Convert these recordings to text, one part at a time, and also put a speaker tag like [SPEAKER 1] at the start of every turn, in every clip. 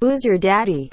[SPEAKER 1] Who's your daddy?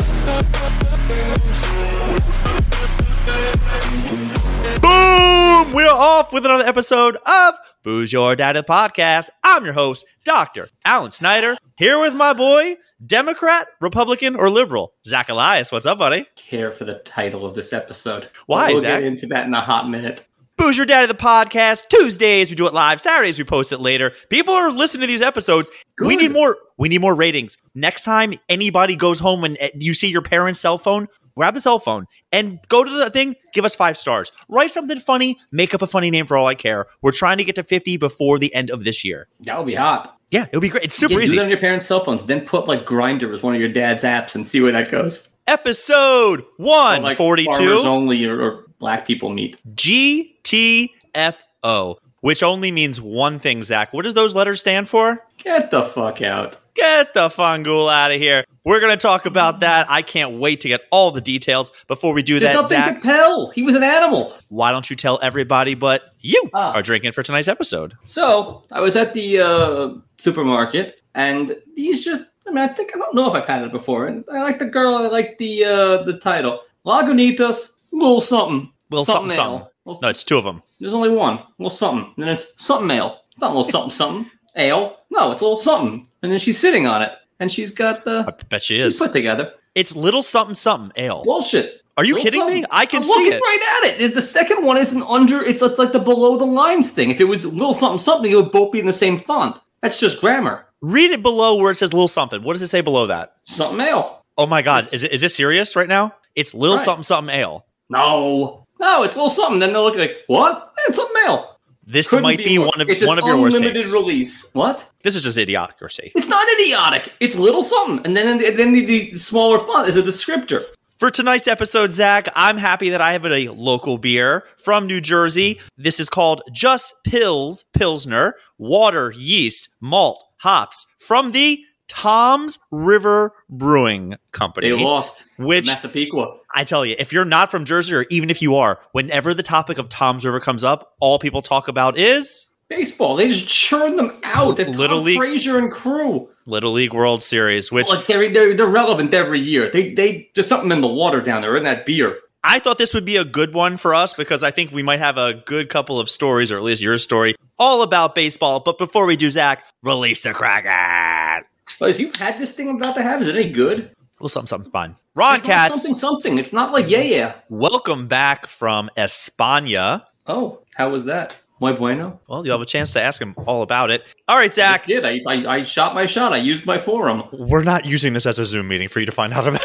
[SPEAKER 2] Boom! We're off with another episode of Booze Your Data Podcast. I'm your host, Dr. Alan Snyder, here with my boy, Democrat, Republican, or Liberal, Zach Elias. What's up, buddy?
[SPEAKER 3] Care for the title of this episode.
[SPEAKER 2] Why,
[SPEAKER 3] We'll
[SPEAKER 2] Zach?
[SPEAKER 3] get into that in a hot minute.
[SPEAKER 2] Booze Your Data, the podcast. Tuesdays, we do it live. Saturdays, we post it later. People are listening to these episodes. We
[SPEAKER 3] Good.
[SPEAKER 2] need more. We need more ratings. Next time anybody goes home and uh, you see your parents' cell phone, grab the cell phone and go to the thing. Give us five stars. Write something funny. Make up a funny name for all I care. We're trying to get to fifty before the end of this year.
[SPEAKER 3] That'll be hot.
[SPEAKER 2] Yeah, it'll be great. It's
[SPEAKER 3] Yeah,
[SPEAKER 2] super
[SPEAKER 3] do
[SPEAKER 2] easy.
[SPEAKER 3] that on your parents' cell phones. Then put like Grinder as one of your dad's apps and see where that goes.
[SPEAKER 2] Episode
[SPEAKER 3] Or,
[SPEAKER 2] one
[SPEAKER 3] like,
[SPEAKER 2] forty-two.
[SPEAKER 3] farmers only or, or black people meet.
[SPEAKER 2] GTFO, which only means one thing. Zach, what does those letters stand for?
[SPEAKER 3] Get the fuck out.
[SPEAKER 2] Get the fungool out of here. We're going to talk about that. I can't wait to get all the details before we do
[SPEAKER 3] There's
[SPEAKER 2] that,
[SPEAKER 3] nothing
[SPEAKER 2] Zach.
[SPEAKER 3] to tell. He was an animal.
[SPEAKER 2] Why don't you tell everybody but you
[SPEAKER 3] Ah.
[SPEAKER 2] are drinking for tonight's episode?
[SPEAKER 3] So I was at the uh, supermarket, and these just. I mean, I think I don't know if I've had it before. And I like the girl. I like the uh, the title. Lagunitas. Little something.
[SPEAKER 2] Little something,
[SPEAKER 3] ale.
[SPEAKER 2] something.
[SPEAKER 3] Little
[SPEAKER 2] No, it's two of them.
[SPEAKER 3] There's only one. Little something. And then it's something ale. It's not a little something something. Ale. No, it's a little something. And then she's sitting on it. And she's got the
[SPEAKER 2] I bet she
[SPEAKER 3] she's
[SPEAKER 2] is.
[SPEAKER 3] put together.
[SPEAKER 2] It's little something something ale.
[SPEAKER 3] Bullshit.
[SPEAKER 2] Are you
[SPEAKER 3] Little
[SPEAKER 2] kidding me?
[SPEAKER 3] something.
[SPEAKER 2] I can
[SPEAKER 3] I'm
[SPEAKER 2] see
[SPEAKER 3] looking
[SPEAKER 2] it.
[SPEAKER 3] right at it. Is the second one isn't under it's it's like the below the lines thing. If it was little something something, it would both be in the same font. That's just grammar.
[SPEAKER 2] Read it below where it says little something. What does it say below that?
[SPEAKER 3] Something ale.
[SPEAKER 2] Oh my God. Is, it, is this serious right now? It's little
[SPEAKER 3] Right.
[SPEAKER 2] something something ale.
[SPEAKER 3] No. No, it's little something. Then they'll look like, what? It's something ale.
[SPEAKER 2] This
[SPEAKER 3] Couldn't
[SPEAKER 2] might be,
[SPEAKER 3] more-
[SPEAKER 2] one of
[SPEAKER 3] it's
[SPEAKER 2] one
[SPEAKER 3] an
[SPEAKER 2] of your worst
[SPEAKER 3] unlimited
[SPEAKER 2] takes.
[SPEAKER 3] release. What?
[SPEAKER 2] This is just idiocracy.
[SPEAKER 3] It's not idiotic. It's little something, and then and then the, the smaller font is a descriptor.
[SPEAKER 2] For tonight's episode, Zach, I'm happy that I have a local beer from New Jersey. This is called Just Pills Pilsner, water, yeast, malt, hops from the Tom's River Brewing
[SPEAKER 3] They
[SPEAKER 2] Company.
[SPEAKER 3] lost
[SPEAKER 2] Which
[SPEAKER 3] Massapequa.
[SPEAKER 2] I tell you, if you're not from Jersey, or even if you are, whenever the topic of Tom's River comes up, all people talk about is
[SPEAKER 3] Baseball. They just churn them out. They're
[SPEAKER 2] Little
[SPEAKER 3] Little
[SPEAKER 2] League-
[SPEAKER 3] Frazier and crew.
[SPEAKER 2] Little League World Series, which
[SPEAKER 3] Like they're, they're they're relevant every year. They they there's something in the water down there in that beer.
[SPEAKER 2] I thought this would be a good one for us because I think we might have a good couple of stories, or at least your story, all about baseball. But before we do, Zach, release the Kraken.
[SPEAKER 3] But you've had this thing I'm about to have. Is it any good?
[SPEAKER 2] Well, something, something fun. Ron
[SPEAKER 3] It's not
[SPEAKER 2] Katz,
[SPEAKER 3] Something something. It's not like yeah yeah.
[SPEAKER 2] welcome back from España.
[SPEAKER 3] Oh, how was that? Muy bueno.
[SPEAKER 2] Well, you'll have a chance to ask him all about it. All right, Zach,
[SPEAKER 3] I did. I, I I shot my shot. I used my forum.
[SPEAKER 2] we're not using this as a Zoom meeting for you to find out about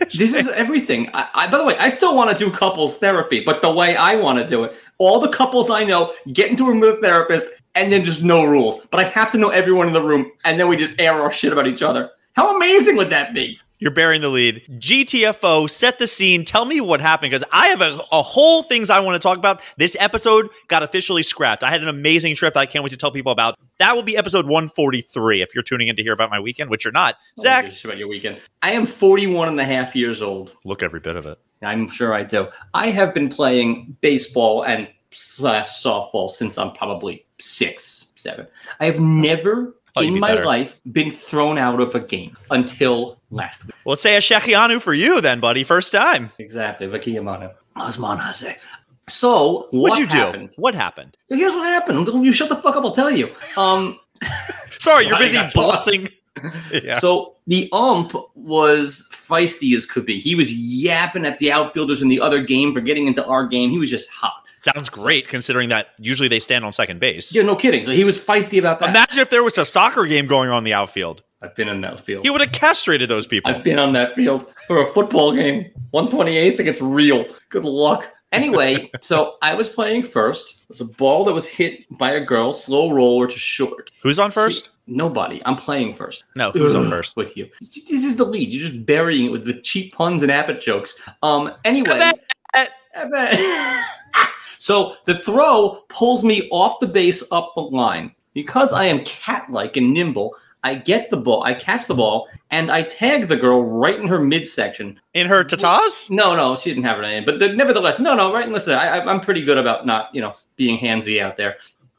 [SPEAKER 3] This is everything. I, I, by the way, I still want to do couples therapy, but the way I want to do it, all the couples I know get into a room with a therapist, and then just no rules. But I have to know everyone in the room, and then we just air our shit about each other. How amazing would that be?
[SPEAKER 2] You're burying the lead. GTFO, set the scene. Tell me what happened because I have a, a whole things I want to talk about. This episode got officially scrapped. I had an amazing trip that I can't wait to tell people about. That will be episode 143 if you're tuning in to hear about my weekend, which you're not.
[SPEAKER 3] I don't
[SPEAKER 2] Zach,
[SPEAKER 3] give a shit about your weekend. I am 41 and a half years old.
[SPEAKER 2] look every bit of it.
[SPEAKER 3] I'm sure I do. I have been playing baseball and slash softball since I'm probably six, seven. I have never
[SPEAKER 2] Thought you'd
[SPEAKER 3] in
[SPEAKER 2] be
[SPEAKER 3] my
[SPEAKER 2] better.
[SPEAKER 3] life been thrown out of a game until last week.
[SPEAKER 2] Well, let's say a Shekianu for you then, buddy. First time.
[SPEAKER 3] Exactly, Vicky Yamano. Osman Haze. So what
[SPEAKER 2] What'd you
[SPEAKER 3] happened?
[SPEAKER 2] do? What happened?
[SPEAKER 3] So here's what happened. You shut the fuck up. I'll tell you. Um,
[SPEAKER 2] Sorry, you're
[SPEAKER 3] I
[SPEAKER 2] busy
[SPEAKER 3] got caught.
[SPEAKER 2] blessing. yeah.
[SPEAKER 3] so the ump was feisty as could be. He was yapping at the outfielders in the other game for getting into our game. He was just hot.
[SPEAKER 2] Sounds great considering that usually they stand on second base.
[SPEAKER 3] Yeah, no kidding. So he was feisty about that.
[SPEAKER 2] Imagine if there was a soccer game going on in the outfield.
[SPEAKER 3] I've been on that field.
[SPEAKER 2] He would have castrated those people.
[SPEAKER 3] I've been on that field for a football game. 128th, think it's real. Good luck. Anyway, so I was playing first. It was a ball that was hit by a girl, slow roller to short.
[SPEAKER 2] Who's on first?
[SPEAKER 3] Nobody. I'm playing first.
[SPEAKER 2] No, who's on
[SPEAKER 3] Ugh,
[SPEAKER 2] first?
[SPEAKER 3] with you. This is the lead. You're just burying it with the cheap puns and abbott jokes. Um. Anyway,
[SPEAKER 2] Abbott!
[SPEAKER 3] Abbott. so the throw pulls me off the base up the line because I am cat-like and nimble. I get the ball. I catch the ball and I tag the girl right in her midsection.
[SPEAKER 2] In her tatas?
[SPEAKER 3] No, no, she didn't have her name, but the, nevertheless, no, no, right. And listen, I, I, I'm pretty good about not, you know, being handsy out there.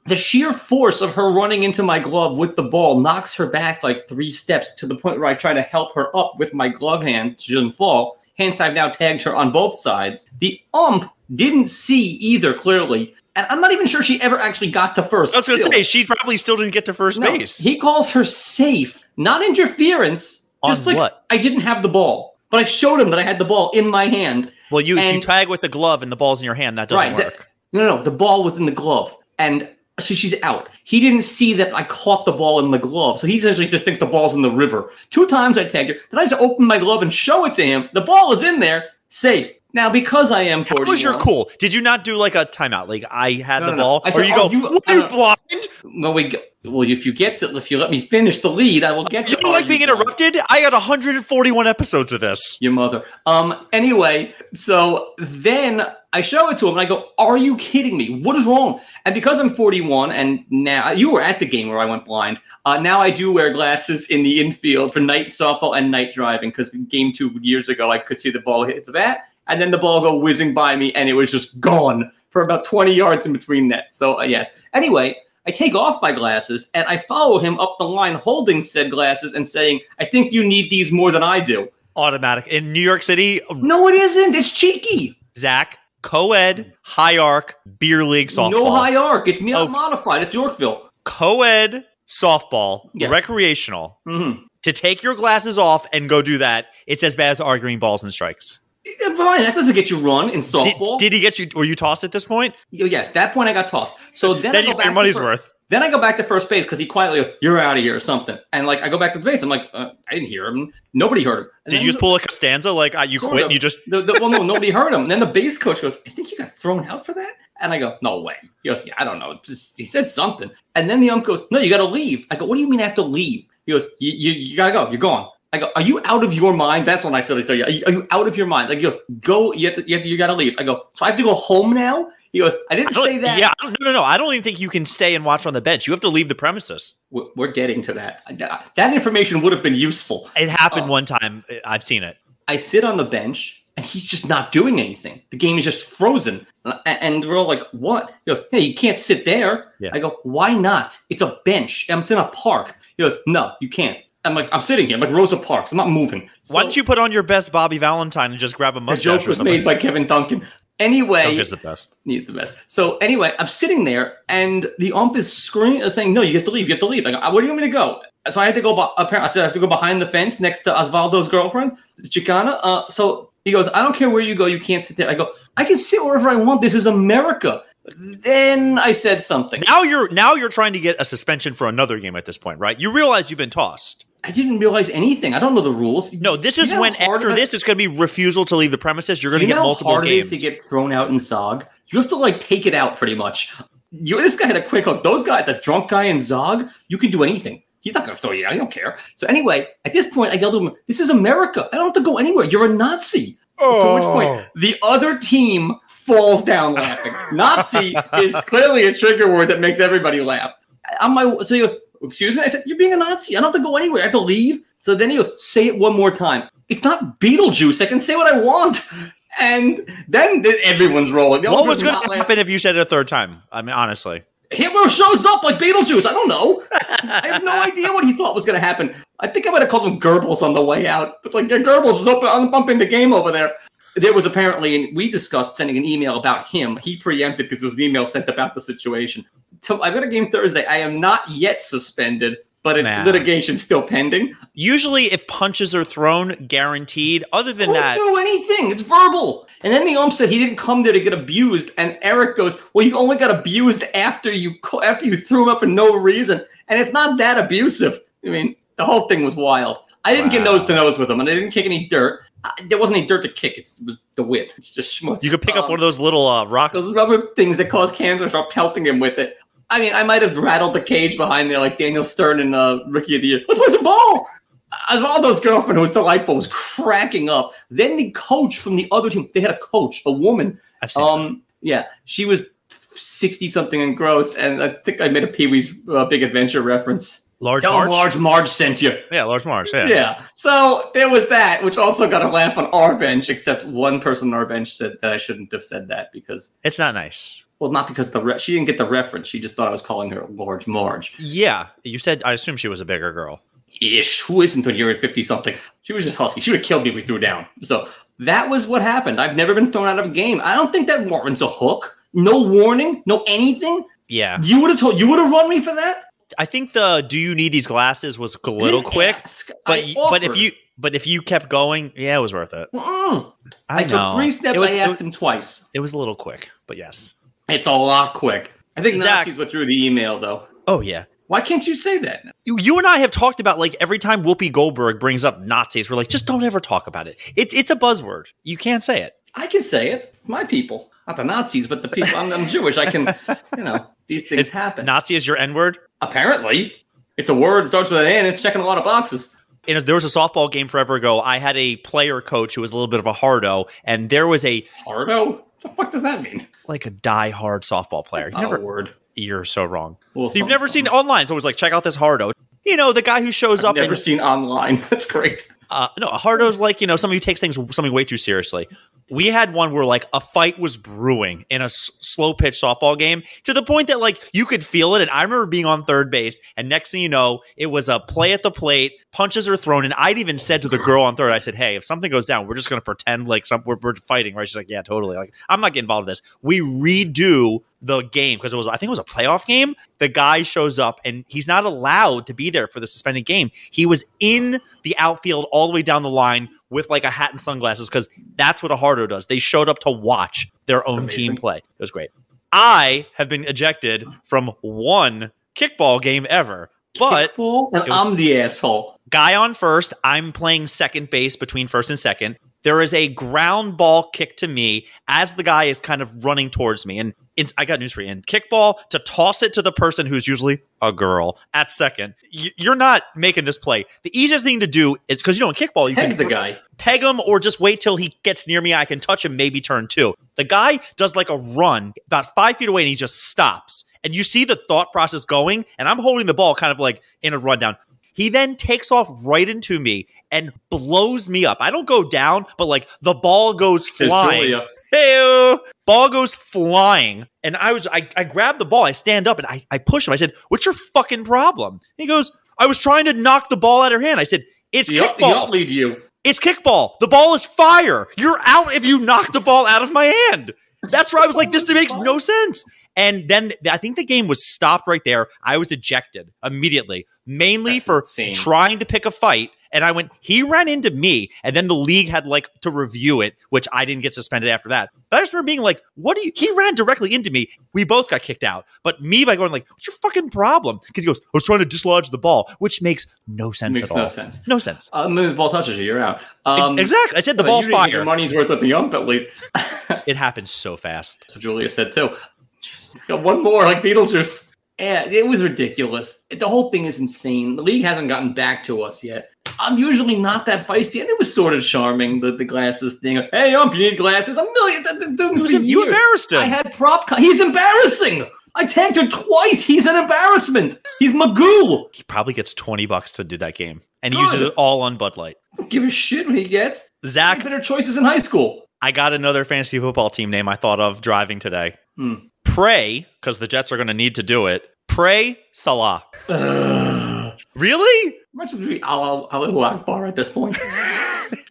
[SPEAKER 3] the sheer force of her running into my glove with the ball knocks her back like three steps to the point where I try to help her up with my glove hand. She doesn't fall. Hence, I've now tagged her on both sides. The ump didn't see either, clearly. And I'm not even sure she ever actually got to first.
[SPEAKER 2] I was going to
[SPEAKER 3] still.
[SPEAKER 2] say she probably still didn't get to first
[SPEAKER 3] No,
[SPEAKER 2] base.
[SPEAKER 3] He calls her safe, not interference.
[SPEAKER 2] On
[SPEAKER 3] just like,
[SPEAKER 2] what?
[SPEAKER 3] I didn't have the ball, but I showed him that I had the ball in my hand.
[SPEAKER 2] well, you if you
[SPEAKER 3] and-
[SPEAKER 2] tag with the glove and the ball's in your hand. That doesn't
[SPEAKER 3] Right, that-
[SPEAKER 2] work.
[SPEAKER 3] No, no, no, the ball was in the glove, and so she's out. He didn't see that I caught the ball in the glove, so he essentially just thinks the ball's in the river. Two times I tagged her. Then I just open my glove and show it to him. The ball is in there, safe. Now because I am
[SPEAKER 2] How
[SPEAKER 3] 41,
[SPEAKER 2] was your cool? Did you not do like a timeout? Like I had
[SPEAKER 3] No,
[SPEAKER 2] the
[SPEAKER 3] no, no.
[SPEAKER 2] ball,
[SPEAKER 3] I
[SPEAKER 2] or
[SPEAKER 3] said,
[SPEAKER 2] you
[SPEAKER 3] "Oh,
[SPEAKER 2] go?
[SPEAKER 3] you-
[SPEAKER 2] "Were
[SPEAKER 3] no,
[SPEAKER 2] you
[SPEAKER 3] no."
[SPEAKER 2] blind?
[SPEAKER 3] Well, we go- well, if you get to, if you let me finish the lead, I will get.
[SPEAKER 2] You
[SPEAKER 3] to
[SPEAKER 2] don't like being
[SPEAKER 3] argument.
[SPEAKER 2] interrupted? I had 141 episodes of this.
[SPEAKER 3] Your mother. Um. Anyway, so then I show it to him, and I go, "Are you kidding me? What is wrong?" And because I'm 41, and now you were at the game where I went blind. Uh, now I do wear glasses in the infield for night softball and night driving because game two years ago I could see the ball hit the bat, and then the ball go whizzing by me, and it was just gone for about 20 yards in between that. So uh, yes. Anyway. I take off my glasses and I follow him up the line holding said glasses and saying, I think you need these more than I do.
[SPEAKER 2] Automatic in New York City.
[SPEAKER 3] No, it isn't. It's cheeky.
[SPEAKER 2] Zach, co-ed, high arc, beer league softball.
[SPEAKER 3] No high arc. It's
[SPEAKER 2] Oh.
[SPEAKER 3] not modified. It's Yorkville.
[SPEAKER 2] co-ed softball,
[SPEAKER 3] Yeah.
[SPEAKER 2] recreational.
[SPEAKER 3] Mm-hmm.
[SPEAKER 2] To take your glasses off and go do that, it's as bad as arguing balls and strikes.
[SPEAKER 3] Eh, Fine, that doesn't get you run in
[SPEAKER 2] Did,
[SPEAKER 3] softball.
[SPEAKER 2] did he get you? Were you tossed at this point?
[SPEAKER 3] yes, that point I got tossed. So then,
[SPEAKER 2] Then
[SPEAKER 3] I
[SPEAKER 2] you
[SPEAKER 3] go
[SPEAKER 2] got
[SPEAKER 3] back
[SPEAKER 2] your
[SPEAKER 3] to
[SPEAKER 2] money's
[SPEAKER 3] fir-
[SPEAKER 2] worth.
[SPEAKER 3] Then I go back to first base because he quietly goes, "You're out of here" or something. And like I go back to the base, I'm like, uh, I didn't hear him. Nobody heard him. And
[SPEAKER 2] Did
[SPEAKER 3] then
[SPEAKER 2] you just pull a Costanza? Like uh, you
[SPEAKER 3] Sort
[SPEAKER 2] quit?
[SPEAKER 3] of.
[SPEAKER 2] And you just
[SPEAKER 3] The, the, well, no, nobody heard him. And then the base coach goes, I think you got thrown out for that. And I go, no way. He goes, yeah, I don't know. Just, he said something. And then the ump goes, no, you got to leave. I go, what do you mean I have to leave? He goes, you, you, you got to go. You're gone. I go, are you out of your mind? That's when I suddenly started. Are you, are you out of your mind? Like he goes, go. You have to, you, have to, you got to leave. I go, so I have to go home now? He goes, I
[SPEAKER 2] I
[SPEAKER 3] didn't
[SPEAKER 2] don't-
[SPEAKER 3] say that.
[SPEAKER 2] Yeah, I don't- no, no, no. I don't even think you can stay and watch on the bench. You have to leave the premises.
[SPEAKER 3] We're, we're getting to that. I- That information would have been useful.
[SPEAKER 2] It happened
[SPEAKER 3] Oh.
[SPEAKER 2] one time. I- I've seen it.
[SPEAKER 3] I sit on the bench and he's just not doing anything. The game is just frozen. And- And we're all like, what? He goes, hey, you can't sit there.
[SPEAKER 2] Yeah.
[SPEAKER 3] I go, why not? It's a bench. and It's in a park. He goes, no, you can't. I'm like, I'm sitting here. I'm like Rosa Parks. I'm not moving.
[SPEAKER 2] Why don't you put on your best Bobby Valentine and just grab a
[SPEAKER 3] The
[SPEAKER 2] mustache
[SPEAKER 3] joke
[SPEAKER 2] or
[SPEAKER 3] was
[SPEAKER 2] something?
[SPEAKER 3] made by Kevin Duncan. Anyway,
[SPEAKER 2] Dunk is the best.
[SPEAKER 3] He's the best. So anyway, I'm sitting there, and the ump is screaming, uh, saying, "No, you have to leave. You have to leave." I go, "Uh, "Where do you want me to go?" So I had to go. By, apparently, I said I have to go behind the fence next to Osvaldo's girlfriend, Chicana. Uh, so he goes, "I don't care where you go. You can't sit there." I go, "I can sit wherever I want. This is America." Then I said something.
[SPEAKER 2] Now you're now you're trying to get a suspension for another game at this point, right? You realize you've been tossed.
[SPEAKER 3] I didn't realize anything. I don't know the rules.
[SPEAKER 2] No, this is
[SPEAKER 3] You know
[SPEAKER 2] when
[SPEAKER 3] how hard
[SPEAKER 2] after
[SPEAKER 3] it-
[SPEAKER 2] this it's going to be refusal to leave the premises. You're going to
[SPEAKER 3] you
[SPEAKER 2] get
[SPEAKER 3] know how
[SPEAKER 2] multiple
[SPEAKER 3] hard
[SPEAKER 2] games.
[SPEAKER 3] It is to get thrown out in Zog. You have to like take it out pretty much. You this guy had a quick hook. Those guy, the drunk guy in Zog, you can do anything. He's not gonna throw you out. I don't care. So anyway, at this point, I yelled to him, "This is America. I don't have to go anywhere. You're a Nazi." To which
[SPEAKER 2] Oh.
[SPEAKER 3] point, the other team falls down laughing. Nazi is clearly a trigger word that makes everybody laugh. On my so he goes, "Excuse me." I said, "You're being a Nazi. I don't have to go anywhere. I have to leave." So then he goes, "Say it one more time." It's not Beetlejuice. I can say what I want. And then th- everyone's rolling. The
[SPEAKER 2] what
[SPEAKER 3] only
[SPEAKER 2] was
[SPEAKER 3] person
[SPEAKER 2] going
[SPEAKER 3] not
[SPEAKER 2] to
[SPEAKER 3] laugh-
[SPEAKER 2] happen if you said it a third time? I mean, honestly,
[SPEAKER 3] Hitler shows up like Beetlejuice. I don't know. I have no idea what he thought was going to happen. I think I might have called him Goebbels on the way out. But like Goebbels is up I'm bumping the game over there. There was apparently, and we discussed sending an email about him. He preempted because there was an email sent about the situation. So I've got a game Thursday. I am not yet suspended, but it's
[SPEAKER 2] Man.
[SPEAKER 3] litigation still pending.
[SPEAKER 2] usually if punches are thrown, guaranteed. Other than
[SPEAKER 3] Who
[SPEAKER 2] that,
[SPEAKER 3] threw anything? It's verbal. And then the ump said he didn't come there to get abused. And Eric goes, "Well, you only got abused after you co- after you threw him up for no reason, and it's not that abusive." I mean, the whole thing was wild. I didn't get
[SPEAKER 2] Wow.
[SPEAKER 3] nose to nose with him, and I didn't kick any dirt. I, there wasn't any dirt to kick. It's, it was the whip. It's just schmutz.
[SPEAKER 2] you could pick up
[SPEAKER 3] Um,
[SPEAKER 2] one of those little uh, rocks.
[SPEAKER 3] those rubber things that cause cancer and start pelting him with it. I mean, I might have rattled the cage behind there like Daniel Stern and uh, Rookie of the Year. Let's play some ball. Osvaldo's girlfriend, who was delightful, was cracking up. Then the coach from the other team, they had a coach, a woman.
[SPEAKER 2] I've seen.
[SPEAKER 3] Um, yeah, she was 60 something and gross. And I think I made a Pee Wee's uh, Big Adventure reference.
[SPEAKER 2] Large
[SPEAKER 3] Tell 'em
[SPEAKER 2] March.
[SPEAKER 3] Large Marge sent you.
[SPEAKER 2] yeah, Large March. Yeah.
[SPEAKER 3] Yeah. So there was that, which also got a laugh on our bench, except one person on our bench said that I shouldn't have said that because,
[SPEAKER 2] It's not nice.
[SPEAKER 3] well, not because the re- she didn't get the reference. She just thought I was calling her Large Marge.
[SPEAKER 2] Yeah. You said, I assume she was a bigger girl.
[SPEAKER 3] Ish. Who isn't when you're at 50 something? She was just husky. She would have killed me if we threw down. So that was what happened. I've never been thrown out of a game. I don't think that warrants a hook. No warning, no anything.
[SPEAKER 2] Yeah.
[SPEAKER 3] You would have told, you would have run me for that?
[SPEAKER 2] I think the do you need these glasses was a little quick,
[SPEAKER 3] Ask.
[SPEAKER 2] but
[SPEAKER 3] I
[SPEAKER 2] y- but if
[SPEAKER 3] offered.
[SPEAKER 2] you but if you kept going, yeah, it was worth it.
[SPEAKER 3] Mm-mm.
[SPEAKER 2] I,
[SPEAKER 3] I,
[SPEAKER 2] know.
[SPEAKER 3] took three steps.
[SPEAKER 2] It was,
[SPEAKER 3] I
[SPEAKER 2] it,
[SPEAKER 3] asked
[SPEAKER 2] was-
[SPEAKER 3] him twice.
[SPEAKER 2] it was a little quick, but yes.
[SPEAKER 3] It's a lot quick. I think
[SPEAKER 2] Zach-
[SPEAKER 3] Nazis withdrew the email though.
[SPEAKER 2] Oh yeah.
[SPEAKER 3] Why can't you say that?
[SPEAKER 2] You, you and I have talked about like every time Whoopi Goldberg brings up Nazis, we're like, just don't ever talk about it. It's it's a buzzword. You can't say it.
[SPEAKER 3] I can say it. My people, not the Nazis, but the people. I'm, I'm Jewish. I can, you know, these things
[SPEAKER 2] It's-
[SPEAKER 3] happen.
[SPEAKER 2] Nazi is your N word.
[SPEAKER 3] Apparently, it's a word. It starts with an N. It's checking a lot of boxes.
[SPEAKER 2] you know, there was a softball game forever ago. I had a player coach who was a little bit of a hardo, and there was a
[SPEAKER 3] Hardo. The fuck does that mean?
[SPEAKER 2] like a diehard softball player.
[SPEAKER 3] It's
[SPEAKER 2] You
[SPEAKER 3] not a
[SPEAKER 2] never,
[SPEAKER 3] word.
[SPEAKER 2] you're so wrong.
[SPEAKER 3] Well,
[SPEAKER 2] You've never seen online. It's always like, check out this hardo. You know, the guy who shows
[SPEAKER 3] I've
[SPEAKER 2] up
[SPEAKER 3] never
[SPEAKER 2] and
[SPEAKER 3] seen online. That's great.
[SPEAKER 2] uh, no, a hardo's like you know somebody who takes things something way too seriously. We had one where like a fight was brewing in a s- slow pitch softball game to the point that like you could feel it. And I remember being on third base, and next thing you know, it was a play at the plate, punches are thrown, and I'd even said to the girl on third, I said, "Hey, if something goes down, we're just gonna pretend like some we're, we're fighting, right?" She's like, "Yeah, totally." Like I'm not getting involved in this. We redo the game because it was I think it was a playoff game. The guy shows up and he's not allowed to be there for the suspended game. He was in the outfield all the way down the line with like a hat and sunglasses because that's what a hardo does. They showed up to watch their own
[SPEAKER 3] Amazing.
[SPEAKER 2] team play. It was great. I have been ejected from one kickball game ever. But
[SPEAKER 3] Kickball, and
[SPEAKER 2] it was-
[SPEAKER 3] I'm the asshole.
[SPEAKER 2] guy on first, I'm playing second base between first and second. There is a ground ball kick to me as the guy is kind of running towards me. And it's, I got news for you. In kickball, to toss it to the person who's usually a girl at second, y- you're not making this play. The easiest thing to do is because, you know, in kickball, you
[SPEAKER 3] Peg's
[SPEAKER 2] can
[SPEAKER 3] the guy.
[SPEAKER 2] peg him or just wait till he gets near me. I can touch him, maybe turn two. The guy does like a run about five feet away and he just stops. And you see the thought process going, and I'm holding the ball kind of like in a rundown. He then takes off right into me and blows me up. I don't go down, but like the ball goes
[SPEAKER 3] There's
[SPEAKER 2] flying.
[SPEAKER 3] Julia.
[SPEAKER 2] Hey, ball goes flying. And I was, I, I grabbed the ball, I stand up and I, I push him. I said, What's your fucking problem? He goes, I was trying to knock the ball out of her hand. I said, It's
[SPEAKER 3] He
[SPEAKER 2] kickball.
[SPEAKER 3] up- he up-lead you.
[SPEAKER 2] It's kickball. The ball is fire. You're out if you knock the ball out of my hand. That's where I was like, this makes no sense. And then th- I think the game was stopped right there. I was ejected immediately, mainly
[SPEAKER 3] That's
[SPEAKER 2] for
[SPEAKER 3] insane.
[SPEAKER 2] trying to pick a fight. And I went, he ran into me. And then the league had like to review it, which I didn't get suspended after that. But I just remember being like, what do you, he ran directly into me. We both got kicked out. But me by going like, what's your fucking problem? Because he goes, I was trying to dislodge the ball, which makes no sense at
[SPEAKER 3] Makes
[SPEAKER 2] all.
[SPEAKER 3] no sense.
[SPEAKER 2] No sense.
[SPEAKER 3] Uh, maybe the ball touches you. You're out. Um,
[SPEAKER 2] exactly. I said the
[SPEAKER 3] but you
[SPEAKER 2] ball's
[SPEAKER 3] didn't get
[SPEAKER 2] fire.
[SPEAKER 3] Your money's worth at the ump, at least. That's
[SPEAKER 2] It happens so fast.
[SPEAKER 3] what Julia said too. Just got one more, like Beetlejuice. Yeah, it was ridiculous. The whole thing is insane. The league hasn't gotten back to us yet. I'm usually not that feisty, and it was sort of charming the, the glasses thing. Hey, ump, you need glasses? A million. That, that, that,
[SPEAKER 2] It was- you embarrassed him.
[SPEAKER 3] I had prop. Co- He's embarrassing. I tagged him twice. He's an embarrassment. He's Magoo.
[SPEAKER 2] he probably gets 20 bucks to do that game. And he
[SPEAKER 3] Good.
[SPEAKER 2] uses it all on Bud Light.
[SPEAKER 3] Don't give a shit when he gets. Make
[SPEAKER 2] Zach,
[SPEAKER 3] better choices in high school.
[SPEAKER 2] I got another fantasy football team name I thought of driving today.
[SPEAKER 3] Hmm.
[SPEAKER 2] Pray, because the Jets are going to need to do it. Pray Salah.
[SPEAKER 3] Ugh.
[SPEAKER 2] Really?
[SPEAKER 3] Might as well be Al- Al- Allahu Akbar at this point.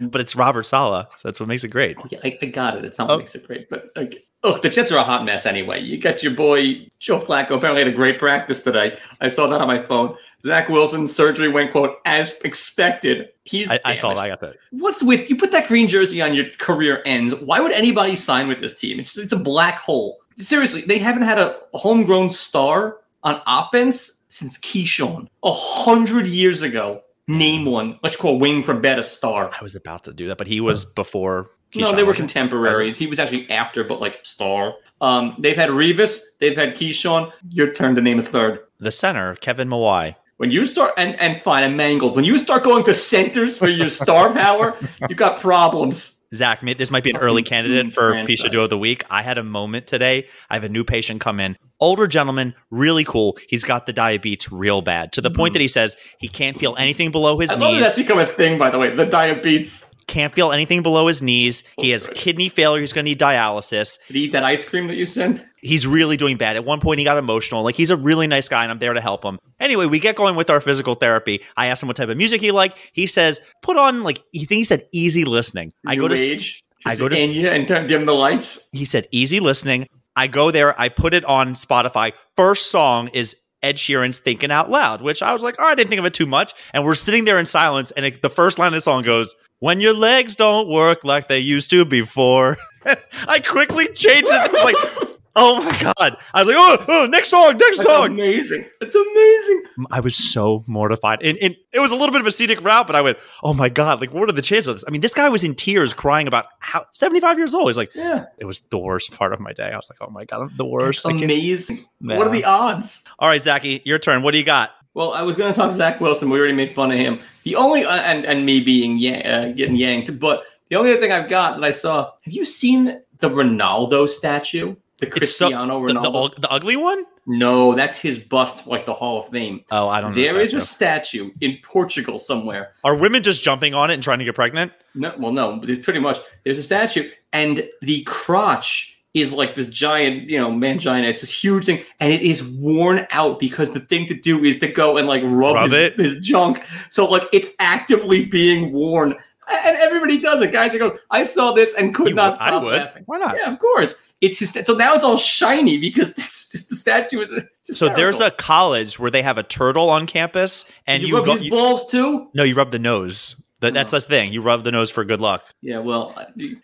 [SPEAKER 2] But it's Robert Salah. So that's what makes it great.
[SPEAKER 3] Yeah, I, I got it. It's not what
[SPEAKER 2] Oh.
[SPEAKER 3] makes it great, but like, oh, the Jets are a hot mess anyway. You got your boy Joe Flacco. Apparently had a great practice today. I saw that on my phone. Zach Wilson's surgery went quote as expected. He's
[SPEAKER 2] I, I saw that.
[SPEAKER 3] damaged.
[SPEAKER 2] I got that.
[SPEAKER 3] What's with you? Put that green jersey on your career ends. Why would anybody sign with this team? It's it's a black hole. Seriously, they haven't had a homegrown star on offense since Keyshawn a hundred years ago. Name one. Let's call Wayne Corbett a star.
[SPEAKER 2] I was about to do that, but he was before.
[SPEAKER 3] no,
[SPEAKER 2] Keyshawn,
[SPEAKER 3] they were
[SPEAKER 2] wasn't he?
[SPEAKER 3] contemporaries. He was actually after, but like star. Um, they've had Revis. They've had Keyshawn. Your turn to name a third.
[SPEAKER 2] The center, Kevin Mawai.
[SPEAKER 3] When you start and and fine, I'm mangled. When you start going to centers for your star power, you got problems.
[SPEAKER 2] Zach, may- this might be an
[SPEAKER 3] Fucking
[SPEAKER 2] early candidate
[SPEAKER 3] huge
[SPEAKER 2] for
[SPEAKER 3] franchise.
[SPEAKER 2] Pisha Do of the Week. I had a moment today. I have a new patient come in. older gentleman, really cool. He's got the diabetes real bad to the point that he says he can't feel anything below his
[SPEAKER 3] Mm-hmm. I love that
[SPEAKER 2] knees.
[SPEAKER 3] that's become a thing, by the way. The diabetes.
[SPEAKER 2] Can't feel anything below his knees. He has
[SPEAKER 3] good.
[SPEAKER 2] kidney failure. He's going to need dialysis.
[SPEAKER 3] Did he eat that ice cream that you sent?
[SPEAKER 2] He's really doing bad. At one point, he got emotional. Like, he's a really nice guy, and I'm there to help him. Anyway, we get going with our physical therapy. I asked him what type of music he liked. He says, put on, like, he thinks that easy listening. I go
[SPEAKER 3] New
[SPEAKER 2] to.
[SPEAKER 3] age.
[SPEAKER 2] I
[SPEAKER 3] Is
[SPEAKER 2] go
[SPEAKER 3] it
[SPEAKER 2] to-
[SPEAKER 3] Enya and turn, dim the lights.
[SPEAKER 2] he said easy listening i go there i put it on spotify first song is ed sheeran's thinking out loud which i was like oh i didn't think of it too much and we're sitting there in silence and it, the first line of the song goes when your legs don't work like they used to before i quickly changed it It's like oh my god i was like oh, oh next song next
[SPEAKER 3] That's
[SPEAKER 2] song
[SPEAKER 3] amazing. It's amazing.
[SPEAKER 2] um, I was so mortified. And, and it was a little bit of a scenic route, but I went, oh my God, like, what are the chances of this? I mean, this guy was in tears crying about how 75 years old. He's like,
[SPEAKER 3] Yeah.
[SPEAKER 2] it was the worst part of my day. I was like, oh my god, I'm the worst. I can't-
[SPEAKER 3] Amazing.
[SPEAKER 2] Nah.
[SPEAKER 3] What are the odds?
[SPEAKER 2] All right, Zachy, your turn. What do you got?
[SPEAKER 3] Well, I was going to talk Zach Wilson. We already made fun of him. The only uh, and and me being ya- uh, getting yanked, but the only other thing I've got that I saw. Have you seen the Ronaldo statue? The
[SPEAKER 2] It's so-
[SPEAKER 3] Cristiano
[SPEAKER 2] The, the,
[SPEAKER 3] Ronaldo?
[SPEAKER 2] ug- the ugly one?
[SPEAKER 3] no, that's his bust, like the Hall of Fame.
[SPEAKER 2] Oh, I don't know.
[SPEAKER 3] There
[SPEAKER 2] this
[SPEAKER 3] is a
[SPEAKER 2] actually.
[SPEAKER 3] statue in Portugal somewhere.
[SPEAKER 2] Are women just jumping on it and trying to get pregnant?
[SPEAKER 3] No, well, no, but it's pretty much there's a statue, and the crotch is like this giant, you know, mangina. It's this huge thing, and it is worn out because the thing to do is to go and like rub,
[SPEAKER 2] Rub
[SPEAKER 3] his,
[SPEAKER 2] it?
[SPEAKER 3] his junk. So like it's actively being worn, A- and everybody does it. Guys, I go, I saw this and could
[SPEAKER 2] You
[SPEAKER 3] not
[SPEAKER 2] would-
[SPEAKER 3] stop
[SPEAKER 2] I would.
[SPEAKER 3] laughing.
[SPEAKER 2] Why not?
[SPEAKER 3] Yeah, of course. It's just so now it's all shiny because it's just the statue is.
[SPEAKER 2] So there's
[SPEAKER 3] hysterical.
[SPEAKER 2] a college where they have a turtle on campus, and
[SPEAKER 3] you,
[SPEAKER 2] you,
[SPEAKER 3] rub
[SPEAKER 2] go,
[SPEAKER 3] his Oh.
[SPEAKER 2] you-
[SPEAKER 3] balls too.
[SPEAKER 2] no, you rub the nose. That, that's
[SPEAKER 3] No.
[SPEAKER 2] the thing. You rub the nose for good luck.
[SPEAKER 3] Yeah, well,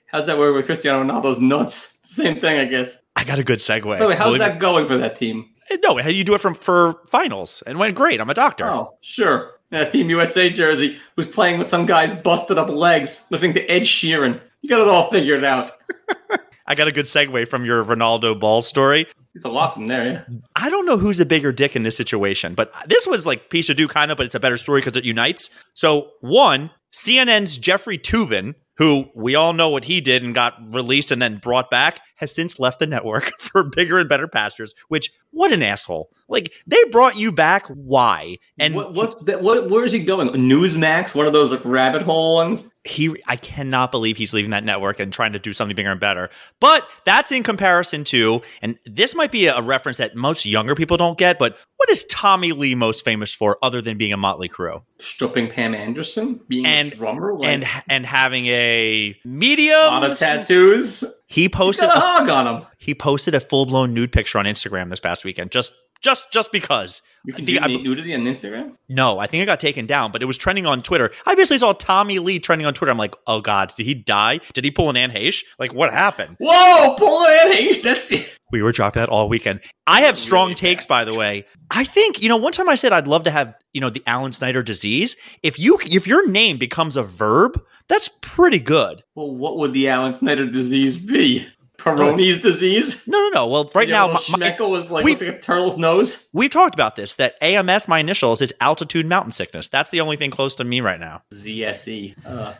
[SPEAKER 3] how's that work with Cristiano Ronaldo's nuts? Same thing, I guess.
[SPEAKER 2] I got a good segue.
[SPEAKER 3] By the way, how's
[SPEAKER 2] Believe
[SPEAKER 3] that going for that team?
[SPEAKER 2] it- No, how do you do it from for finals? And went great. I'm a doctor.
[SPEAKER 3] Oh, sure. That Team USA jersey was playing with some guy's busted up legs, listening to Ed Sheeran. You got it all figured out.
[SPEAKER 2] I got a good segue from your Ronaldo ball story.
[SPEAKER 3] It's a lot from there, yeah.
[SPEAKER 2] I don't know who's the bigger dick in this situation, but this was like piece of do kind of, but it's a better story because it unites. So one, CNN's Jeffrey Tubin, who we all know what he did and got released and then brought back, has since left the network for bigger and better pastures. Which what an asshole! Like they brought you back, why? And
[SPEAKER 3] what, what's that, what? Where is he going? Newsmax, one of those like rabbit hole ones.
[SPEAKER 2] he I cannot believe he's leaving that network and trying to do something bigger and better. But that's in comparison to, and this might be a reference that most younger people don't get, but what is Tommy Lee most famous for other than being a Motley Crue
[SPEAKER 3] Stripping Pam Anderson, being
[SPEAKER 2] And-
[SPEAKER 3] a drummer, like,
[SPEAKER 2] and and having a
[SPEAKER 3] a lot
[SPEAKER 2] medium?
[SPEAKER 3] of tattoos.
[SPEAKER 2] He
[SPEAKER 3] He's
[SPEAKER 2] posted
[SPEAKER 3] got a hog on him.
[SPEAKER 2] he posted a full blown nude picture on Instagram this past weekend. Just just just because.
[SPEAKER 3] You can
[SPEAKER 2] I think
[SPEAKER 3] do
[SPEAKER 2] I-
[SPEAKER 3] nudity on Instagram.
[SPEAKER 2] No, I think it got taken down, but it was trending on Twitter. I basically saw Tommy Lee trending on Twitter. I'm like, oh god, did he die? Did he pull an Anne Heche? Like, what happened?
[SPEAKER 3] Whoa, pull it, Heath, That's
[SPEAKER 2] We were dropping that all weekend. I have strong
[SPEAKER 3] Really
[SPEAKER 2] takes,
[SPEAKER 3] bad.
[SPEAKER 2] by the way. I think you know. One time I said I'd love to have you know the Alan Snyder disease. If you if your name becomes a verb, that's pretty good.
[SPEAKER 3] well. What would the Alan Snyder disease be? Peroni's disease.
[SPEAKER 2] No, no, no. Well, right
[SPEAKER 3] Yeah,
[SPEAKER 2] now,
[SPEAKER 3] little
[SPEAKER 2] my, my-
[SPEAKER 3] Schmeckel was like,
[SPEAKER 2] we-
[SPEAKER 3] looks like a turtle's nose.
[SPEAKER 2] we talked about this. That AMS, my initials, is altitude mountain sickness. That's the only thing close to me right now.
[SPEAKER 3] ZSE. Uh,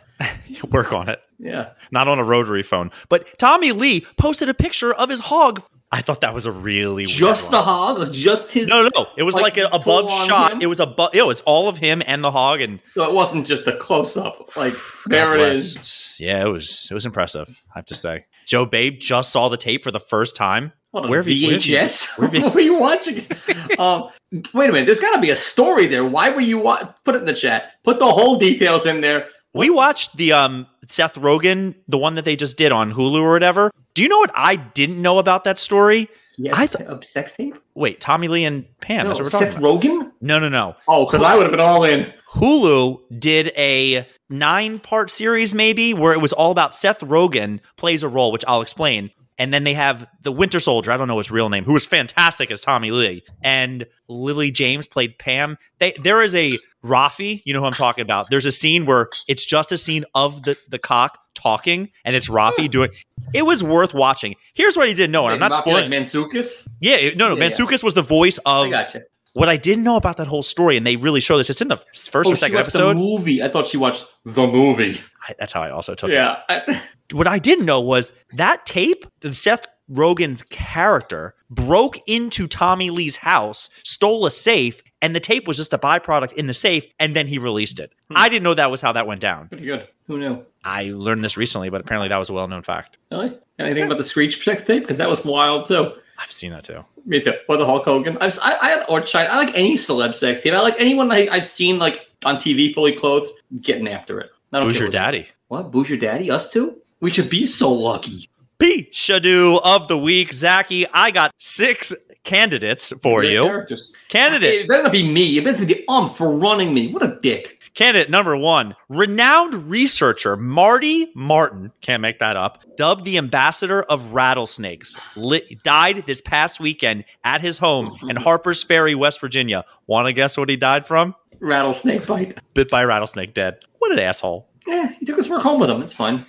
[SPEAKER 2] Work on it.
[SPEAKER 3] yeah.
[SPEAKER 2] Not on a rotary phone. But Tommy Lee posted a picture of his hog. I thought that was a really
[SPEAKER 3] Just
[SPEAKER 2] weird
[SPEAKER 3] the
[SPEAKER 2] one.
[SPEAKER 3] hog, or just his.
[SPEAKER 2] No, no, no. It was like,
[SPEAKER 3] Like,
[SPEAKER 2] an
[SPEAKER 3] full
[SPEAKER 2] above
[SPEAKER 3] on
[SPEAKER 2] shot.
[SPEAKER 3] him?
[SPEAKER 2] It was above. It was all of him and the hog and.
[SPEAKER 3] So it wasn't just a close up. Like there
[SPEAKER 2] God
[SPEAKER 3] it
[SPEAKER 2] bless.
[SPEAKER 3] is.
[SPEAKER 2] Yeah, it was it was impressive, I have to say. Joe Babe just saw the tape for the first time.
[SPEAKER 3] What a
[SPEAKER 2] Where have you- where have you-
[SPEAKER 3] VHS?
[SPEAKER 2] where have you-
[SPEAKER 3] what were you watching? um, wait a minute. There's got to be a story there. Why were you wa- put it in the chat? Put the whole details in there.
[SPEAKER 2] We watched the um Seth Rogen, the one that they just did on Hulu or whatever. Do you know what I didn't know about that story?
[SPEAKER 3] Yes,
[SPEAKER 2] I th-
[SPEAKER 3] uh, sex tape.
[SPEAKER 2] Wait, Tommy Lee and Pam.
[SPEAKER 3] no,
[SPEAKER 2] that's what we're talking
[SPEAKER 3] Seth
[SPEAKER 2] about.
[SPEAKER 3] Rogen.
[SPEAKER 2] no, no, no.
[SPEAKER 3] Oh, because I would have been all in.
[SPEAKER 2] Hulu did a nine part series, maybe, where it was all about Seth Rogen plays a role, which I'll explain. And then they have the Winter Soldier, I don't know his real name, who was fantastic as Tommy Lee. And Lily James played Pam. They there is a Rafi, you know who I'm talking about. There's a scene where it's just a scene of the, the cock talking and it's Rafi doing it was worth watching. Here's what I didn't know, and Oh, I'm
[SPEAKER 3] Like,
[SPEAKER 2] not spoiling.
[SPEAKER 3] Like Manzukis.
[SPEAKER 2] yeah, it- no, no,
[SPEAKER 3] Yeah, yeah.
[SPEAKER 2] Mansukis was the voice
[SPEAKER 3] I
[SPEAKER 2] of
[SPEAKER 3] got you.
[SPEAKER 2] what I didn't know about that whole story, and they really show this. It's in the first or second episode.
[SPEAKER 3] Oh, The movie. I thought she watched the movie.
[SPEAKER 2] I, that's how I also took it.
[SPEAKER 3] Yeah. I-
[SPEAKER 2] What I didn't know was that tape, the Seth Rogan's character broke into Tommy Lee's house, stole a safe, and the tape was just a byproduct in the safe, and then he released it. I didn't know that was how that went down.
[SPEAKER 3] Pretty good. Who knew?
[SPEAKER 2] I learned this recently, but apparently that was a well known fact.
[SPEAKER 3] Really? Anything about the Screech sex tape? Because that was wild too.
[SPEAKER 2] I've seen that too.
[SPEAKER 3] Me too. Or the Hulk Hogan. I've, I, I had Orchard. I like any celeb sex tape. I like anyone I, I've seen like on TV fully clothed getting after it. I don't
[SPEAKER 2] Who's
[SPEAKER 3] care
[SPEAKER 2] your
[SPEAKER 3] what-
[SPEAKER 2] daddy?
[SPEAKER 3] What? Boo's your daddy? Us two? We should be so lucky.
[SPEAKER 2] P. Shadu of the week. Zachy, I got six candidates for
[SPEAKER 3] Great
[SPEAKER 2] you.
[SPEAKER 3] Characters.
[SPEAKER 2] Candidate
[SPEAKER 3] It better not be me. It better be the ump for running me. What a dick.
[SPEAKER 2] Candidate number one, renowned researcher Marty Martin, can't make that up, dubbed the ambassador of rattlesnakes, li- died this past weekend at his home in Harper's Ferry, West Virginia. Want to guess what he died from?
[SPEAKER 3] Rattlesnake bite.
[SPEAKER 2] Bit by a rattlesnake dead. What an asshole.
[SPEAKER 3] Yeah, he took his work home with him. It's fine.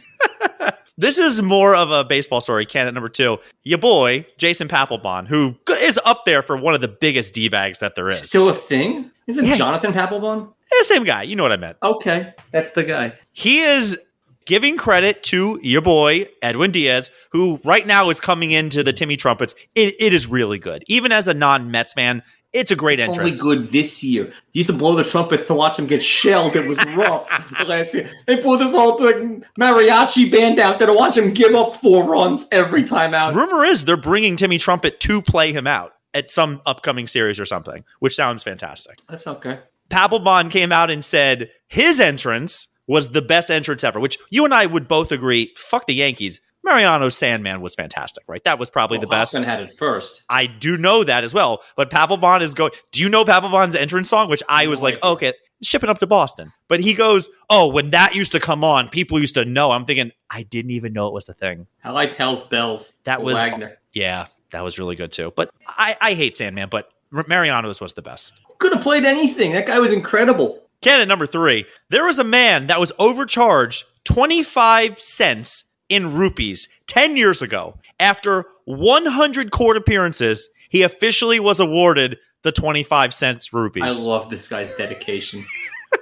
[SPEAKER 2] This is more of a baseball story. Candidate number two, your boy, Jason Papelbon, who is up there for one of the biggest D bags that there is.
[SPEAKER 3] Still a thing? Is it
[SPEAKER 2] Yeah.
[SPEAKER 3] Jonathan Papelbon?
[SPEAKER 2] Eh, same guy. You know what I meant.
[SPEAKER 3] Okay, that's the guy.
[SPEAKER 2] he is giving credit to your boy Edwin Diaz, who right now is coming into the Timmy Trumpets. It, it is really good, even as a non-Mets fan. It's a great
[SPEAKER 3] Only
[SPEAKER 2] entrance.
[SPEAKER 3] good this year. He used to blow the trumpets to watch him get shelled. It was rough the last year. They pulled this whole like, mariachi band out there to watch him give up four runs every time out.
[SPEAKER 2] Rumor is they're bringing Timmy Trumpet to play him out at some upcoming series or something, which sounds fantastic.
[SPEAKER 3] That's okay.
[SPEAKER 2] Papelbon came out and said his entrance was the best entrance ever, which you and I would both agree. Fuck the Yankees. Mariano Sandman was fantastic, right? That was probably the
[SPEAKER 3] Well,
[SPEAKER 2] best.
[SPEAKER 3] Hoffman had it first.
[SPEAKER 2] I do know that as well. But Papelbon is going. Do you know Papelbon's entrance song? Which I was like,
[SPEAKER 3] Right.
[SPEAKER 2] okay, shipping up to Boston. But he goes, oh, when that used to come on, people used to know. I'm thinking, I didn't even know it was a thing.
[SPEAKER 3] I liked Hell's Bells.
[SPEAKER 2] That was,
[SPEAKER 3] Wagner.
[SPEAKER 2] yeah, that was really good too. But I, I hate Sandman, but R- Mariano's was the best.
[SPEAKER 3] Could have played anything. That guy was incredible.
[SPEAKER 2] Canon number three. There was a man that was overcharged 25 cents in rupees 10 years ago. After 100 court appearances, he officially was awarded the 25 cents rupees.
[SPEAKER 3] I love this guy's dedication.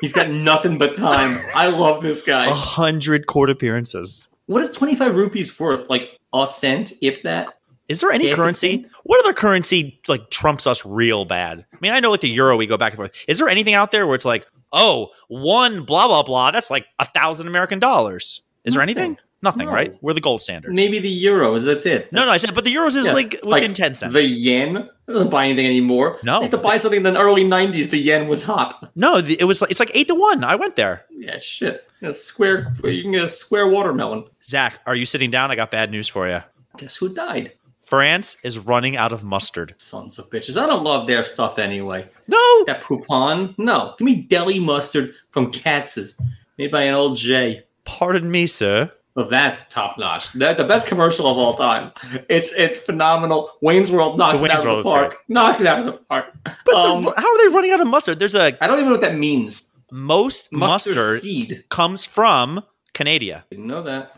[SPEAKER 3] He's got nothing but time. I love this guy.
[SPEAKER 2] Oh. 100 court appearances.
[SPEAKER 3] What is 25 rupees worth? Like a cent, if that?
[SPEAKER 2] Is there any
[SPEAKER 3] Yeah, it's the
[SPEAKER 2] currency? What other currency like trumps us real bad? I mean, I know like the euro, we go back and forth. Is there anything out there where it's like, oh, one blah blah blah? That's like a thousand American dollars. Is there
[SPEAKER 3] Nothing.
[SPEAKER 2] anything? Nothing,
[SPEAKER 3] No.
[SPEAKER 2] right? We're the gold standard.
[SPEAKER 3] Maybe the euros. That's it.
[SPEAKER 2] No, no, I said, but the euros is
[SPEAKER 3] Yeah,
[SPEAKER 2] like
[SPEAKER 3] like
[SPEAKER 2] within ten cents.
[SPEAKER 3] The yen It doesn't buy anything anymore.
[SPEAKER 2] No.
[SPEAKER 3] I used to buy something in the early 90s. The yen was hot.
[SPEAKER 2] no, the, it was like it's like eight to one. I went there.
[SPEAKER 3] Yeah, shit. A square. You can get a square watermelon.
[SPEAKER 2] Zach, are you sitting down? I got bad news for you.
[SPEAKER 3] Guess who died?
[SPEAKER 2] France is running out of mustard.
[SPEAKER 3] Sons of bitches. I don't love their stuff anyway.
[SPEAKER 2] No,
[SPEAKER 3] That poupon? No. Give me deli mustard from Katz's, made by an old J.
[SPEAKER 2] pardon me, sir.
[SPEAKER 3] Well, that's top notch. That the best commercial of all time. It's it's phenomenal. Wayne's World knocked
[SPEAKER 2] Wayne's
[SPEAKER 3] it out
[SPEAKER 2] World is
[SPEAKER 3] of the park. Knocked it out of the park.
[SPEAKER 2] But
[SPEAKER 3] Um,
[SPEAKER 2] the, how are they running out of mustard? There's a
[SPEAKER 3] I don't even know what that means.
[SPEAKER 2] most
[SPEAKER 3] Mustard,
[SPEAKER 2] mustard
[SPEAKER 3] seed.
[SPEAKER 2] comes from Canada.
[SPEAKER 3] Didn't know that.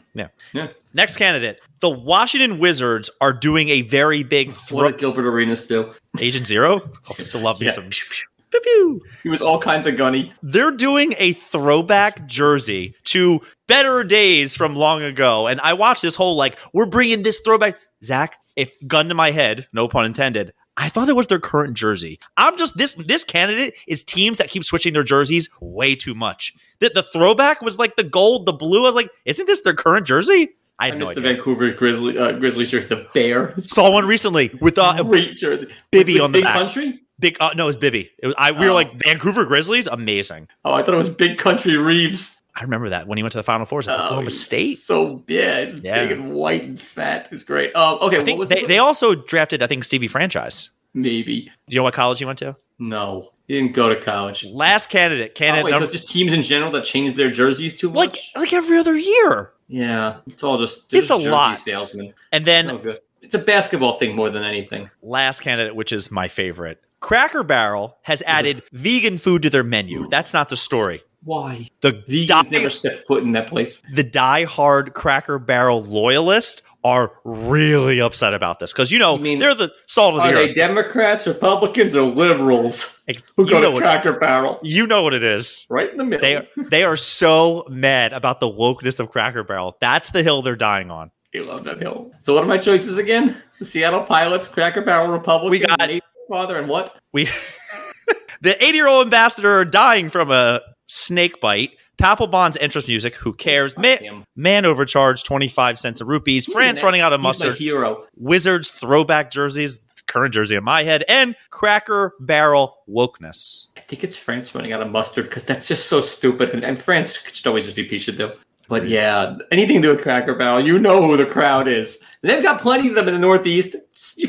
[SPEAKER 2] Next candidate. The Washington Wizards are doing a very big
[SPEAKER 3] What did
[SPEAKER 2] throw.
[SPEAKER 3] Gilbert Arenas do?
[SPEAKER 2] Agent Zero? Oh, still love me
[SPEAKER 3] Yeah.
[SPEAKER 2] some. Pew, pew.
[SPEAKER 3] He was all kinds of gunny.
[SPEAKER 2] They're doing a throwback jersey to better days from long ago. And I watched this whole like, we're bringing this throwback. Zach, if gun to my head, no pun intended, I thought it was their current jersey. I'm just this this candidate is teams that keep switching their jerseys way too much. The, the throwback was like the gold, the blue. I was like, isn't this their current jersey? I
[SPEAKER 3] I,
[SPEAKER 2] had no
[SPEAKER 3] missed the
[SPEAKER 2] idea.
[SPEAKER 3] Vancouver Grizzly uh, Grizzly jersey. The bear.
[SPEAKER 2] Saw one recently with uh,
[SPEAKER 3] Great jersey.
[SPEAKER 2] Bibby
[SPEAKER 3] With- with
[SPEAKER 2] on the
[SPEAKER 3] big
[SPEAKER 2] back.
[SPEAKER 3] country.
[SPEAKER 2] big. Uh, no, it was Bibby. It was, I we were
[SPEAKER 3] Oh.
[SPEAKER 2] like Vancouver Grizzlies, amazing.
[SPEAKER 3] Oh, I thought it was Big Country Reeves.
[SPEAKER 2] I remember that when he went to the Final Four, it was at
[SPEAKER 3] Oh,
[SPEAKER 2] Oklahoma
[SPEAKER 3] he's
[SPEAKER 2] State.
[SPEAKER 3] So yeah, he's
[SPEAKER 2] Yeah.
[SPEAKER 3] big and white and fat. It's great. Um, okay,
[SPEAKER 2] I
[SPEAKER 3] what
[SPEAKER 2] think
[SPEAKER 3] was
[SPEAKER 2] they,
[SPEAKER 3] the-
[SPEAKER 2] they also drafted, I think, Stevie Franchise.
[SPEAKER 3] maybe
[SPEAKER 2] Do you know what college he went to?
[SPEAKER 3] no. He didn't go to college.
[SPEAKER 2] Last candidate,
[SPEAKER 3] Oh,
[SPEAKER 2] candidate
[SPEAKER 3] wait, so
[SPEAKER 2] number,
[SPEAKER 3] it's just teams in general that change their jerseys too much.
[SPEAKER 2] like like every other year.
[SPEAKER 3] yeah, it's all just
[SPEAKER 2] It's
[SPEAKER 3] just
[SPEAKER 2] a
[SPEAKER 3] jersey
[SPEAKER 2] lot.
[SPEAKER 3] Salesman,
[SPEAKER 2] And then
[SPEAKER 3] no good. It's a basketball thing more than anything.
[SPEAKER 2] last candidate, which is my favorite, Cracker Barrel has added vegan food to their menu. That's not the story.
[SPEAKER 3] Why?
[SPEAKER 2] The
[SPEAKER 3] Vegans
[SPEAKER 2] die,
[SPEAKER 3] never set foot in that place.
[SPEAKER 2] the diehard Cracker Barrel loyalists are really upset about this because you know
[SPEAKER 3] You mean-
[SPEAKER 2] they're the salt of the
[SPEAKER 3] Are they
[SPEAKER 2] earth.
[SPEAKER 3] Democrats, Republicans, or liberals
[SPEAKER 2] Ex-
[SPEAKER 3] who
[SPEAKER 2] you,
[SPEAKER 3] go
[SPEAKER 2] know
[SPEAKER 3] to
[SPEAKER 2] what,
[SPEAKER 3] Cracker Barrel?
[SPEAKER 2] you know what it is.
[SPEAKER 3] Right in the middle.
[SPEAKER 2] They they are so mad about the wokeness of Cracker Barrel. That's the hill they're dying on.
[SPEAKER 3] You love that hill. So what are my choices again? The Seattle Pilots, Cracker Barrel Republican,
[SPEAKER 2] We got-
[SPEAKER 3] Nate Father, and what?
[SPEAKER 2] We the 80 year old ambassador dying from a snake bite. Papelbon's entrance music. Who cares? Man,
[SPEAKER 3] Him.
[SPEAKER 2] man overcharged 25 cents of rupees. Eh, France
[SPEAKER 3] He's
[SPEAKER 2] running out of
[SPEAKER 3] my
[SPEAKER 2] mustard.
[SPEAKER 3] hero.
[SPEAKER 2] Wizards throwback jerseys. Current jersey in my head. And Cracker Barrel wokeness.
[SPEAKER 3] I think it's France running out of mustard because that's just so stupid. And, and France should always just be pizza though. But yeah, anything to do with Cracker Barrel, you know who the crowd is. And they've got plenty of them in the Northeast.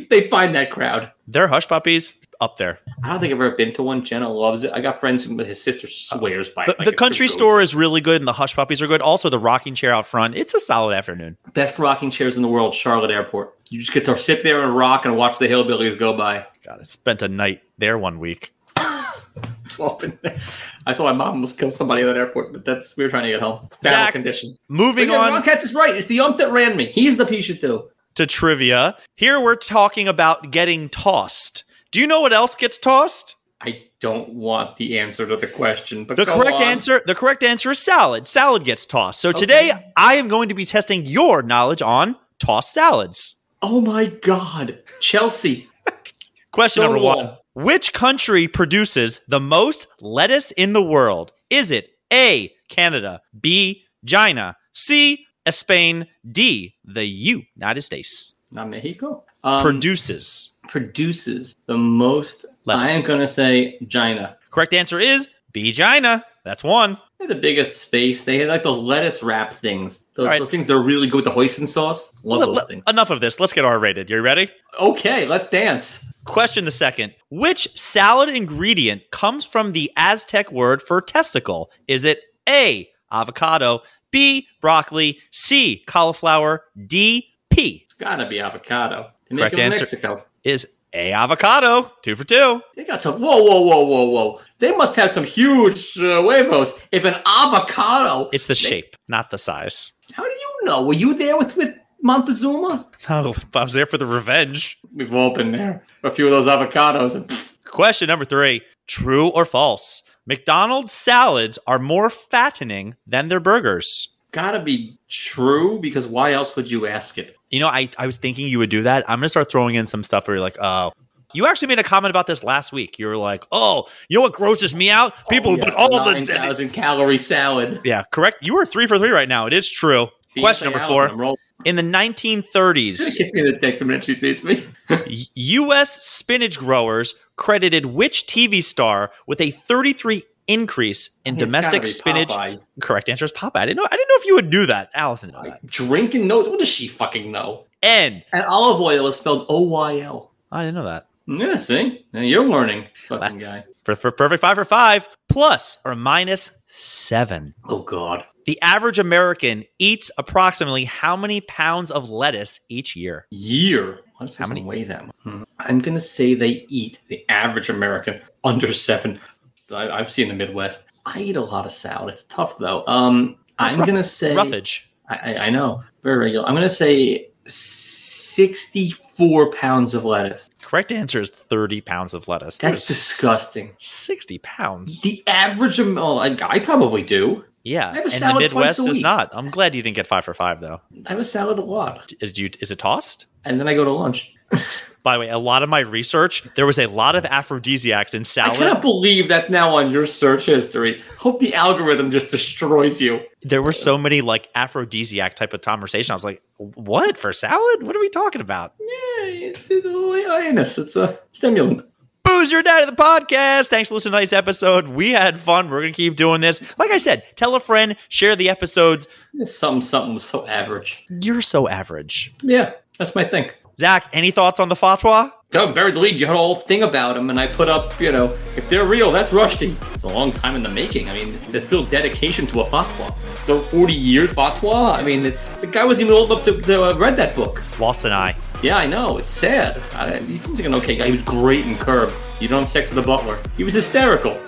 [SPEAKER 3] They find that crowd.
[SPEAKER 2] They're hush puppies up there.
[SPEAKER 3] I don't think I've ever been to one. Jenna loves it. I got friends, who- but his sister swears by
[SPEAKER 2] The,
[SPEAKER 3] it. like
[SPEAKER 2] the
[SPEAKER 3] it's
[SPEAKER 2] country
[SPEAKER 3] her food.
[SPEAKER 2] store is really good and the hush puppies are good. Also, the rocking chair out front. It's a solid afternoon.
[SPEAKER 3] Best rocking chairs in the world, Charlotte Airport. You just get to sit there and rock and watch the hillbillies go by.
[SPEAKER 2] God, I spent a night there one week.
[SPEAKER 3] Open. I saw my mom almost kill somebody at that airport, but that's we were trying to get home. Battle
[SPEAKER 2] Zach,
[SPEAKER 3] conditions. But
[SPEAKER 2] Moving
[SPEAKER 3] yeah,
[SPEAKER 2] on
[SPEAKER 3] Ron Katz is right. It's the ump that ran me. He's the piece you do.
[SPEAKER 2] to trivia. Here we're talking about getting tossed. Do you know what else gets tossed?
[SPEAKER 3] I don't want the answer to the question, but
[SPEAKER 2] The
[SPEAKER 3] go
[SPEAKER 2] correct
[SPEAKER 3] on.
[SPEAKER 2] answer, the correct answer is salad. Salad gets tossed. So today
[SPEAKER 3] Okay.
[SPEAKER 2] I am going to be testing your knowledge on tossed salads.
[SPEAKER 3] Oh my God, Chelsea.
[SPEAKER 2] Question
[SPEAKER 3] Go
[SPEAKER 2] number
[SPEAKER 3] to
[SPEAKER 2] one.
[SPEAKER 3] one.
[SPEAKER 2] Which country produces the most lettuce in the world? Is it A, Canada, B, China, C, Spain, D, the United States?
[SPEAKER 3] Not Mexico. Um,
[SPEAKER 2] Produces.
[SPEAKER 3] produces the most.
[SPEAKER 2] Lettuce.
[SPEAKER 3] I am going to say Gina.
[SPEAKER 2] Correct answer is B, China. That's one.
[SPEAKER 3] They had the biggest space. They had like those lettuce wrap things. Those,
[SPEAKER 2] All right.
[SPEAKER 3] those things that are really good with the hoisin sauce. Love
[SPEAKER 2] Let-
[SPEAKER 3] those
[SPEAKER 2] let-
[SPEAKER 3] things.
[SPEAKER 2] enough of this. Let's get R rated. You ready?
[SPEAKER 3] Okay, let's dance.
[SPEAKER 2] Question the second. Which salad ingredient comes from the Aztec word for testicle? Is it A, avocado, B, broccoli, C, cauliflower, D, P?
[SPEAKER 3] It's got to be avocado. They
[SPEAKER 2] Correct
[SPEAKER 3] make it in
[SPEAKER 2] answer.
[SPEAKER 3] Mexico.
[SPEAKER 2] Is A, avocado, two for two.
[SPEAKER 3] They got some. Whoa, whoa, whoa, whoa, whoa. They must have some huge uh, huevos. If an avocado.
[SPEAKER 2] It's the shape, not the size.
[SPEAKER 3] How do you know? Were you there with, with Montezuma?
[SPEAKER 2] Oh, I was there for the revenge.
[SPEAKER 3] We've all been there. A few of those avocados. And,
[SPEAKER 2] Question number three. True or false? McDonald's salads are more fattening than their burgers.
[SPEAKER 3] gotta be true because why else would you ask it?
[SPEAKER 2] You know, I, I was thinking you would do that. I'm gonna start throwing in some stuff where you're like, oh, you actually made a comment about this last week. You were like, oh, you know what grosses me out? People
[SPEAKER 3] Oh,
[SPEAKER 2] who
[SPEAKER 3] yeah,
[SPEAKER 2] put all the
[SPEAKER 3] 9,000 calorie salad.
[SPEAKER 2] yeah, correct. You were three for three right now. It is true. Question number four.
[SPEAKER 3] I'm rolling.
[SPEAKER 2] In the
[SPEAKER 3] She's
[SPEAKER 2] 1930s,
[SPEAKER 3] gonna kick me in the dick the minute she sees me.
[SPEAKER 2] y- U.S. spinach growers credited which TV star with a 33 increase in domestic spinach? Correct answer is Popeye. I didn't know. I didn't know if you would do that, Allison. Knew that.
[SPEAKER 3] Drinking notes. What does she fucking know?
[SPEAKER 2] And
[SPEAKER 3] And olive oil is spelled O Y L.
[SPEAKER 2] I didn't know that.
[SPEAKER 3] Yeah, see, now you're learning, fucking guy.
[SPEAKER 2] For, for perfect five for five, plus or minus seven.
[SPEAKER 3] Oh God,
[SPEAKER 2] The average American eats approximately how many pounds of lettuce each year?
[SPEAKER 3] year. Why does
[SPEAKER 2] How
[SPEAKER 3] How
[SPEAKER 2] many-
[SPEAKER 3] many weigh that much? Hmm. I'm gonna say they eat the average American under seven. I, I've seen the Midwest. I eat a lot of salad. It's tough though. Um,
[SPEAKER 2] That's
[SPEAKER 3] I'm
[SPEAKER 2] rough-
[SPEAKER 3] gonna say
[SPEAKER 2] Roughage.
[SPEAKER 3] I, I- I know very regular. I'm gonna say sixty-four pounds of lettuce.
[SPEAKER 2] Correct answer is 30 pounds of lettuce. There's
[SPEAKER 3] That's disgusting.
[SPEAKER 2] 60 pounds.
[SPEAKER 3] The average amount, I, I probably do.
[SPEAKER 2] Yeah.
[SPEAKER 3] have a
[SPEAKER 2] And the
[SPEAKER 3] salad twice
[SPEAKER 2] Midwest
[SPEAKER 3] a
[SPEAKER 2] is
[SPEAKER 3] week.
[SPEAKER 2] not. I'm glad you didn't get five for five, though.
[SPEAKER 3] I have a salad a lot,
[SPEAKER 2] Is, you, is it tossed?
[SPEAKER 3] and then I go to lunch.
[SPEAKER 2] By the way, a lot of my research, there was a lot of aphrodisiacs in
[SPEAKER 3] I cannot
[SPEAKER 2] salad.
[SPEAKER 3] believe that's now on your search history. Hope the algorithm just destroys you.
[SPEAKER 2] There were so many like aphrodisiac type of conversation. I was like, what for salad? What are we talking about?
[SPEAKER 3] Yeah, it's the little anus. It's a stimulant.
[SPEAKER 2] Booze your dad of the podcast. Thanks for listening to tonight's episode. We had fun. We're gonna keep doing this. Like I said, tell a friend, share the episodes.
[SPEAKER 3] It's something, something was so average.
[SPEAKER 2] You're so average.
[SPEAKER 3] Yeah, that's my thing.
[SPEAKER 2] Zach, any thoughts on the fatwa?
[SPEAKER 3] Doug buried the lead. You had a whole thing about him, and I put up, you know, if they're real, that's Rushdie. It's a long time in the making. I mean, that's still dedication to a fatwa. So 40 years fatwa. I mean, it's the guy wasn't even old enough to, to have read that book.
[SPEAKER 2] Lost an eye.
[SPEAKER 3] Yeah, I know. It's sad. I, he seems like an okay guy. He was great in Curb. You don't have sex with the butler. He was hysterical.